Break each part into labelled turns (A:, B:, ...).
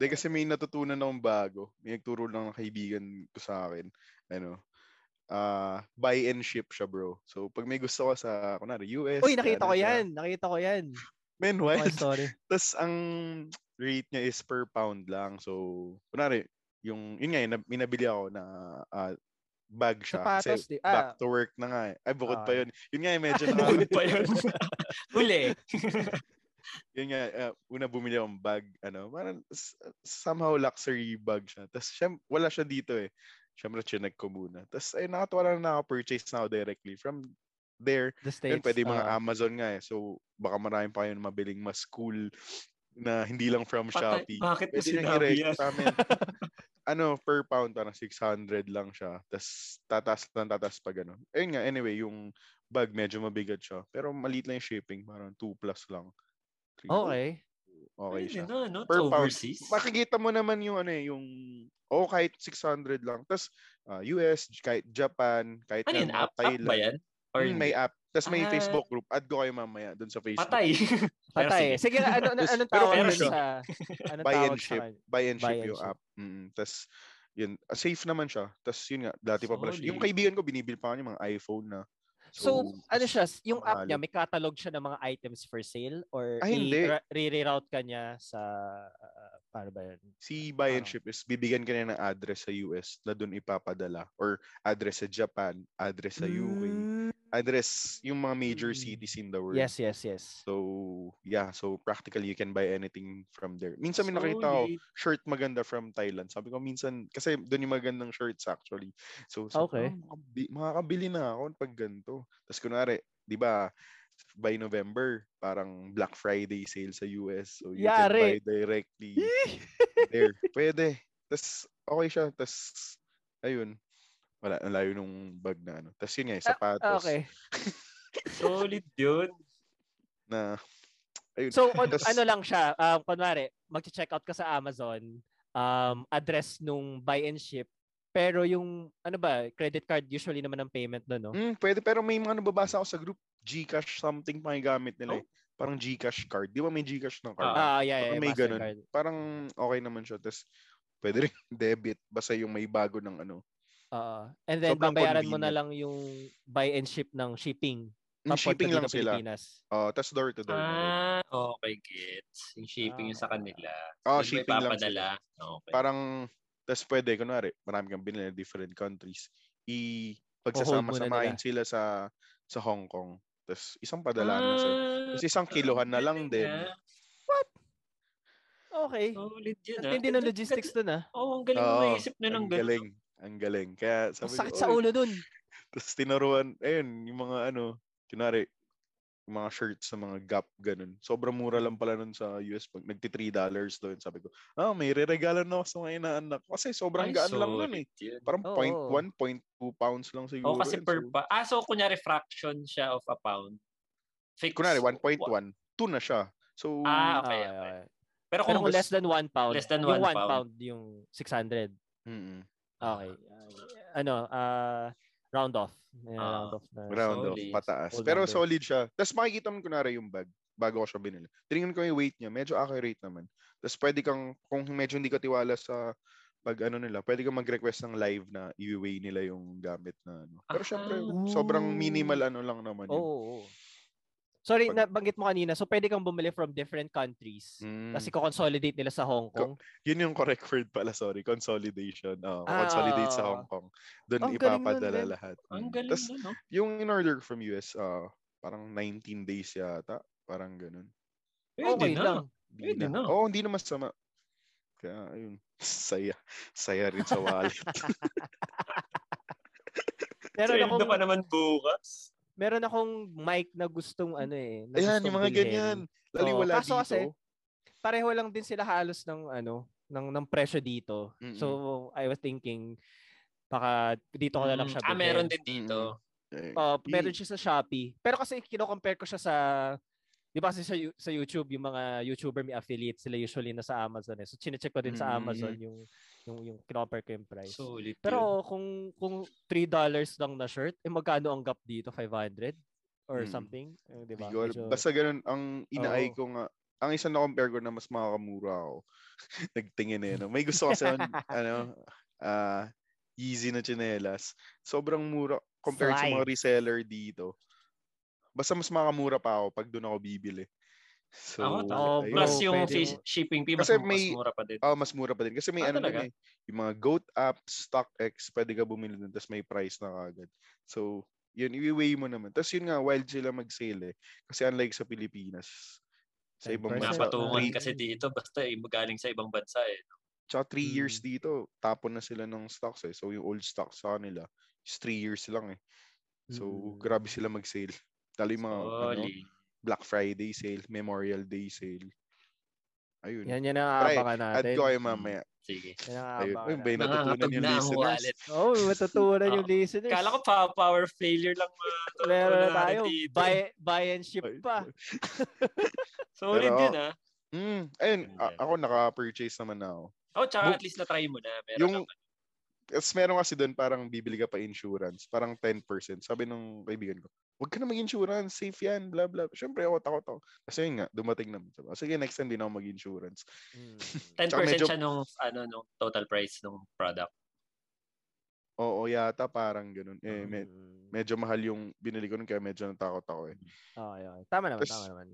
A: Dahil kasi may natutunan akong bago. May nagturo lang ng kaibigan ko sa akin. Ano, ah buy and ship siya, bro. So, pag may gusto ka sa, kunwari, US.
B: Uy, nakita
A: ano
B: ko
A: siya.
B: yan. Nakita ko yan.
A: Men,
B: Okay,
A: wild.
B: sorry.
A: Tapos, ang rate niya is per pound lang. So, kunwari, yung, yun nga, yun, na- minabili ako na ah, bag siya.
B: Sapatos, di. Ah,
A: back to work na nga eh. Ay, bukod pa
B: Okay.
A: yun. Yun nga eh, medyo na,
C: Bukod pa yun. Huli.
A: yun nga, ah, una bumili akong bag, ano, parang s- somehow luxury bag siya. Tapos syem- wala siya dito eh. Siyempre, chinag ko muna. Tapos, ay, nakatuwa lang na nakapurchase na ako directly from there.
B: the States.
A: Yun, pwede mga
B: ah.
A: Amazon nga eh. So, baka maraming pa kayo na mabiling mas cool na hindi lang from
C: Patay,
A: Shopee.
C: bakit mo
A: Pwede niyang
C: sinabi
A: i-rec
C: yan?
A: sa amin. ano, per pound, parang 600 lang siya. Tapos, tatas lang, tatas pa ganun. Ayun nga, anyway, yung bag, medyo mabigat siya. Pero maliit lang yung shipping, parang 2 plus lang. Three.
B: Okay.
A: Okay
C: Pwede
A: siya.
C: na, Ano no?
A: Per
C: To
A: pound.
C: overseas.
A: Makikita mo naman yung ano eh, yung oh kahit 600 lang. Tapos ah, US, kahit Japan, kahit
C: Ano
A: nga
C: yun?
A: mga
C: App, app ba yan? Or
A: Hmm, may app. Tapos may
C: Ah.
A: Facebook group. Add ko kayo mamaya doon sa Facebook.
C: patay? Pero
B: Patay. Sige, ano, ano,
A: Just-
B: anong
A: pero
B: tawag
C: pero
B: yun
C: sige.
B: sa... Anong
A: Buy and
B: tawag sa
A: ship.
B: kanya?
A: Buy and ship
B: Buy and
A: yung
B: ship.
A: app. Mm Tapos yun, ah, safe naman siya. Tapos yun nga, dati pa pala siya. Yung
C: Solid.
A: kaibigan ko, binibili pa kanya mga iPhone na.
B: So, ano siya, s- yung app
A: mahalo.
B: niya, may catalog siya ng mga items for sale or
A: Ah, hindi.
B: i- ra- re-reroute ka niya sa, uh, paano ba yun?
A: Si buy and
B: Parang-
A: ship is bibigyan ka niya ng address sa US na doon ipapadala or address sa Japan, address sa UK,
C: Mm.
A: address yung mga major
B: Mm.
A: cities in the world.
B: Yes, yes, yes.
A: So, yeah. So, practically, you can buy anything from there. Minsan may nakita ko,
C: Solid.
A: shirt maganda from Thailand. Sabi ko, minsan, kasi doon yung magandang shirts actually. So, sabi ko,
B: Okay.
A: "Ah, makabili, makakabili na ako pag ganito. Tapos, kunwari, di ba, by November, parang Black Friday sale sa US. So, you
B: Yari.
A: can buy directly there. Pwede. Tapos, okay siya. Tapos, ayun. Wala, ang layo nung bag na ano. Tapos yun nga, yung sapatos
B: Ah, okay.
C: Solid yun.
A: na, ayun.
B: So, kun-
A: Tas-
B: ano lang siya, um, kunwari, mag-check out ka sa Amazon, um, address nung buy and ship, pero yung, ano ba, credit card usually naman ang payment doon, no?
A: Mm, pwede, pero may mga nababasa ako sa group, Gcash something pa yung gamit nila. eh. Parang Gcash card. Di ba may Gcash na card?
B: Oh. Ah, yeah, yeah,
A: Parang
B: yeah,
A: may ganun.
B: Mastercard.
A: Parang okay naman siya. Tapos, pwede rin debit. Basta yung may bago ng ano.
B: Oo. and then,
A: Sobrang
B: babayaran mo na
A: convenient.
B: lang yung buy and ship ng shipping.
A: Yung
B: papunta
A: shipping lang
B: dito
A: sila.
B: Pilipinas.
A: Oh, tapos door to door. na rin.
C: Ah, okay, gets. Yung shipping yung sa kanila.
A: Oh,
C: Yung may
A: shipping lang
C: papadala.
A: sila.
C: Okay.
A: Parang, tapos pwede, kunwari, marami kang binili na different countries. I, pagsasama-samahin sila sa sa Hong Kong. Tapos, isang padala na sa'yo.
C: Ah,
A: Tapos, isang kilohan na lang din.
C: galing ah.
B: Okay.
C: Solid yun.
B: Ang
C: ah.
B: tindi ng
C: Ganda-
B: logistics dun ah.
C: Oo, ang galing mo
A: Oo,
C: naisip na ng
A: Ang
C: ganun.
A: galing. Ang galing. Kaya
B: Ang
A: sabi
B: sakit
A: ko,
B: sa
A: "Oy,
B: ulo dun.
A: Tapos tinuruan, ayun, yung mga ano, kunwari, yung mga shirts sa mga Gap, ganun. Sobrang mura lang pala nun sa US. Pag nagti $3 doon, sabi ko, ah, may reregalo na ako sa mga inaanak. ko." Kasi sobrang
C: Ay,
A: gaan lang nun
C: solid
A: eh.
C: yun.
A: Parang
B: Oo.
A: 0.1, 0.2 pounds lang siguro.
C: Oh, kasi
A: yun.
C: per
A: So,
C: pa. Ah, so kunyari fraction siya of a pound. Fix.
A: kunwari, 1.1, 2 na siya. So,
C: Ah, okay,
B: Ah,
C: okay.
B: okay. Pero
C: Pero kung
B: kung less than 1 pound,
C: less than
B: yung
C: one
B: 1
C: pound.
B: pound. yung 600.
A: mm-mm.
B: Okay. Ah, ano, ah, round off. Ayan,
C: Ah,
B: round off na.
A: round off,
C: Solid.
A: pataas.
B: All
A: Pero
B: rounder.
A: solid siya. Tapos makikita mo kunwari yung bag bago ko siya binili. Tingnan ko yung weight niya, medyo accurate naman. Tapos pwede kang, kung medyo hindi ka tiwala sa pag ano nila, pwede kang mag-request ng live na i-weigh nila yung gamit na ano. Pero
C: Ah.
A: syempre,
B: Ooh.
A: sobrang minimal ano lang naman
B: Oo.
A: yun.
B: oo, oo. Sorry,
A: Pag-
B: nabanggit mo kanina. So, pwede kang bumili from different countries.
A: Mm.
B: Kasi ko-consolidate nila sa Hong Kong.
A: yun yung correct word pala, sorry. Consolidation. Oh,
B: Ah,
A: consolidate sa
B: oo.
A: Hong Kong. Doon
B: Ang galing nun,
A: ipapadala
B: Ben.
A: lahat.
C: Ang
A: Mm.
C: galing
A: Tas
C: na, no?
A: yung in order from US, ah, parang 19 days yata. Parang ganun.
C: Pwede
B: okay
C: na.
B: lang.
A: Hindi
C: Pwede
A: na.
C: na.
A: Oo, hindi na masama. Kaya, ayun. Saya. Saya rin sa wallet.
B: Meron
C: Sweldo
B: akong,
C: pa naman bukas.
B: meron akong mic na gustong ano eh. Na
A: Ayan,
B: gustong
A: yung mga
B: bilhin.
A: ganyan. Laliwala
B: Oo, kaso
A: dito.
B: kasi, pareho lang din sila halos ng ano ng ng presyo dito.
A: Mm-mm.
B: So I was thinking baka dito ko na lang
C: Mm,
B: siya
C: Ah,
B: bilhin.
C: meron din dito.
A: Eh,
B: Oh,
A: di-
B: meron siya sa Shopee. Pero kasi kino-compare ko siya sa 'di ba kasi sa, Yu- sa YouTube yung mga YouTuber may affiliate sila usually na sa Amazon eh. So chine-check ko din sa
A: Mm.
B: Amazon yung yung yung kino-compare ko yung price.
C: Solid yun.
B: Pero kung kung $3 lang na shirt, eh magkano ang gap dito? 500
A: Mm.
B: or something, Eh, 'di ba?
A: Yun,
B: Medyo-
A: Basta ganun, ang inaay
B: Oo.
A: ko nga, ang isang na-compare ko na mas makakamura ako, nagtingin eh. No? May gusto kasi ako, ano, ah Yeezy na chinelas. Sobrang mura compared sa
B: Slide.
A: mga reseller dito. Basta mas makamura pa ako pag doon ako bibili. So,
C: Oo, tama.
B: Oh,
A: ayun.
B: bro,
C: Plus yung
B: pwede
C: fee-
B: mo.
C: shipping fee, mas,
A: Kasi
C: mas
A: may-
C: mura pa din.
A: Oh, mas mura pa din. Kasi may
C: Ah,
A: ano din
C: talaga?
A: eh. Yung mga Goat app, StockX, pwede ka bumili dun. Tapos may price na kagad. So, yun, i-weigh mo naman. Tapos yun nga, wild sila mag-sale eh. Kasi unlike sa Pilipinas, sa ibang
B: 10%
A: bansa,
C: Napatungan
A: three,
B: Napatungan
C: kasi dito, basta eh, magaling sa ibang bansa eh.
A: tsaka three
B: Mm.
A: years dito, tapon na sila ng stocks eh. So, yung old stocks sa kanila, is three years lang eh. So,
B: Mm.
A: grabe sila mag-sale. Lalo yung mga ano,
C: Holy.
A: Black Friday sale, Memorial Day sale. Ayun.
B: Yan, yan ang aabangan
A: Add
B: natin.
A: ko kayo mamaya.
C: Sige.
B: Yan ang
A: Ayun. Uy, may Ah,
B: aabangan natin.
A: natutunan
C: Nangangatog
A: yung
C: na ang
A: listeners.
C: wallet.
B: Oh, matutunan yung listeners.
C: Kala ko pa power failure lang mga
B: Meron na
C: tutunan
B: tayo.
C: dito.
B: Buy, buy and ship pa.
C: Solid
A: Pero-
C: yun ah.
A: Mm, ayun, a-
C: Ayan.
A: ako naka-purchase naman na ako.
C: Oh, tsaka
A: Bu-
C: at least na-try mo na. Meron
A: Yung
C: naman.
A: Tapos meron kasi doon parang bibili ka pa insurance, parang 10%. Sabi nung kaibigan ko, huwag ka na mag-insurance, safe yan, blah, blah. Siyempre ako takot ako. Kasi yun nga, dumating naman. Sabi, ko, sige, next time din ako mag-insurance.
B: Hmm.
C: 10%
A: tsaka medyo-
C: siya nung, ano, nung total price ng product.
A: Oo, yata parang ganun.
C: Ah.
A: Eh, med-
B: Mm.
A: medyo mahal yung binili ko nun, kaya medyo natakot ako eh.
B: Oh, yun. Tama naman,
A: Tapos-
B: tama naman.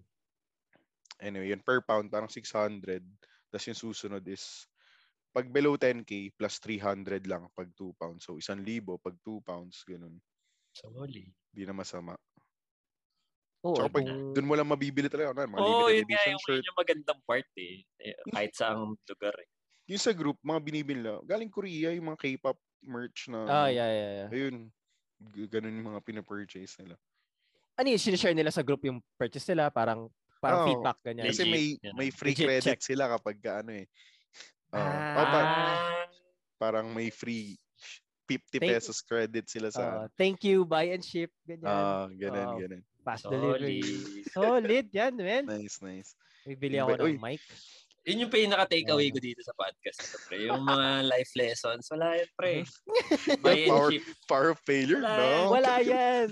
A: Anyway, yun per pound, parang 600. Tapos yung susunod is, pag below 10k, plus 300 lang pag 2 pounds. So, 1,000 pag 2 pounds, ganun.
C: Solid.
A: Di na masama.
B: Oo,
A: Tsaka pag
B: kung-
A: doon mo lang mabibili talaga. Ano, mga
C: Oo, oh,
A: limited
C: yun nga
A: edition
C: yung,
A: shirt.
C: yun yung magandang part eh. Eh, Kahit saang lugar eh.
A: Yung sa group, mga binibili lang. Galing Korea, yung mga K-pop merch na.
B: Ah, yeah, yeah, yeah.
A: Ayun. G- Ganun yung mga pinapurchase nila.
B: Ano yun, sinishare nila sa group yung purchase nila? Parang, parang
A: Oo.
B: feedback, ganyan.
A: Kasi
C: Legit,
A: may
C: yun.
A: may free
B: Legit
A: credit
B: check.
A: sila kapag ka ano eh. Oo.
B: Ah.
A: Oo, pa-
C: Ah,
A: parang may free 50
B: Thank- Ah,
A: pesos credit sila
B: Oo,
A: sa
B: thank you, buy and ship, ganyan.
A: Ah, ganun,
B: Oo.
A: ganun.
B: Fast
C: solid.
B: delivery. Solid yan, man.
A: Nice, nice.
B: Bibili ako
A: Uy.
B: ng mic.
C: Yun yung pinaka-take away ko dito sa podcast na to, pre. Yung mga life lessons, wala yan, pre.
B: Hmm?
C: Buy and
A: power,
C: ship.
A: power of failure,
C: Wala
A: no?
B: Wala yan.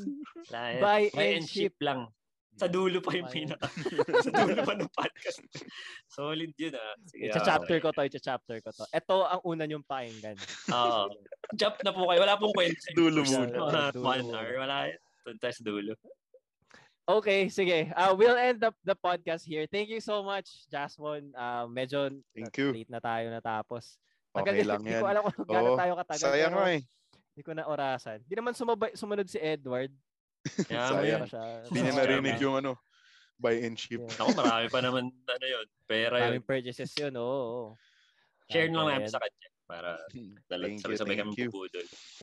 C: Wala yan.
B: Buy
C: Eh, Buy
B: and ship.
C: lang. Sa dulo pa yung
B: Buy and-
C: pinaka. sa dulo pa ng podcast. Solid yun ah. Sige,
B: Icha
C: ah,
B: chapter ko
C: okay.
B: to, icha chapter ko to. Ito ang una niyong pakinggan.
C: Oo. Jump na po kayo. Wala pong kwento. sa
A: Dulo
C: first
A: muna.
C: Mga
B: Dulo
C: one
B: muna.
C: hour. Wala yan. Tuntas sa dulo.
B: Okay, sige. Uh, we'll end up the podcast here. Thank you so much, Jasmine. Uh, medyo
A: Thank you.
B: late na tayo natapos. Tagal
A: Okay
B: din,
A: lang
B: Hindi ko
A: yan.
B: alam kung gaano
A: Oo.
B: tayo katagal.
A: Sayang
B: pero
A: nga eh.
B: Hindi ko na orasan. Hindi naman sumabay, sumunod si Edward.
A: Sayang.
C: Yeah,
B: Sumabay
C: man.
B: pa siya.
A: Ah, Hindi niya
C: Sayang.
A: narinig yung ano, buy and ship.
B: Yeah.
C: Ako, marami pa naman, ano yun, pera yun.
B: Maraming purchases yun, oo. oo.
C: Share lang
B: Tama
C: namin
B: yan.
C: sa kanya para
A: Thank you,
C: sabay-sabay kami
A: thank you.
C: bubudol.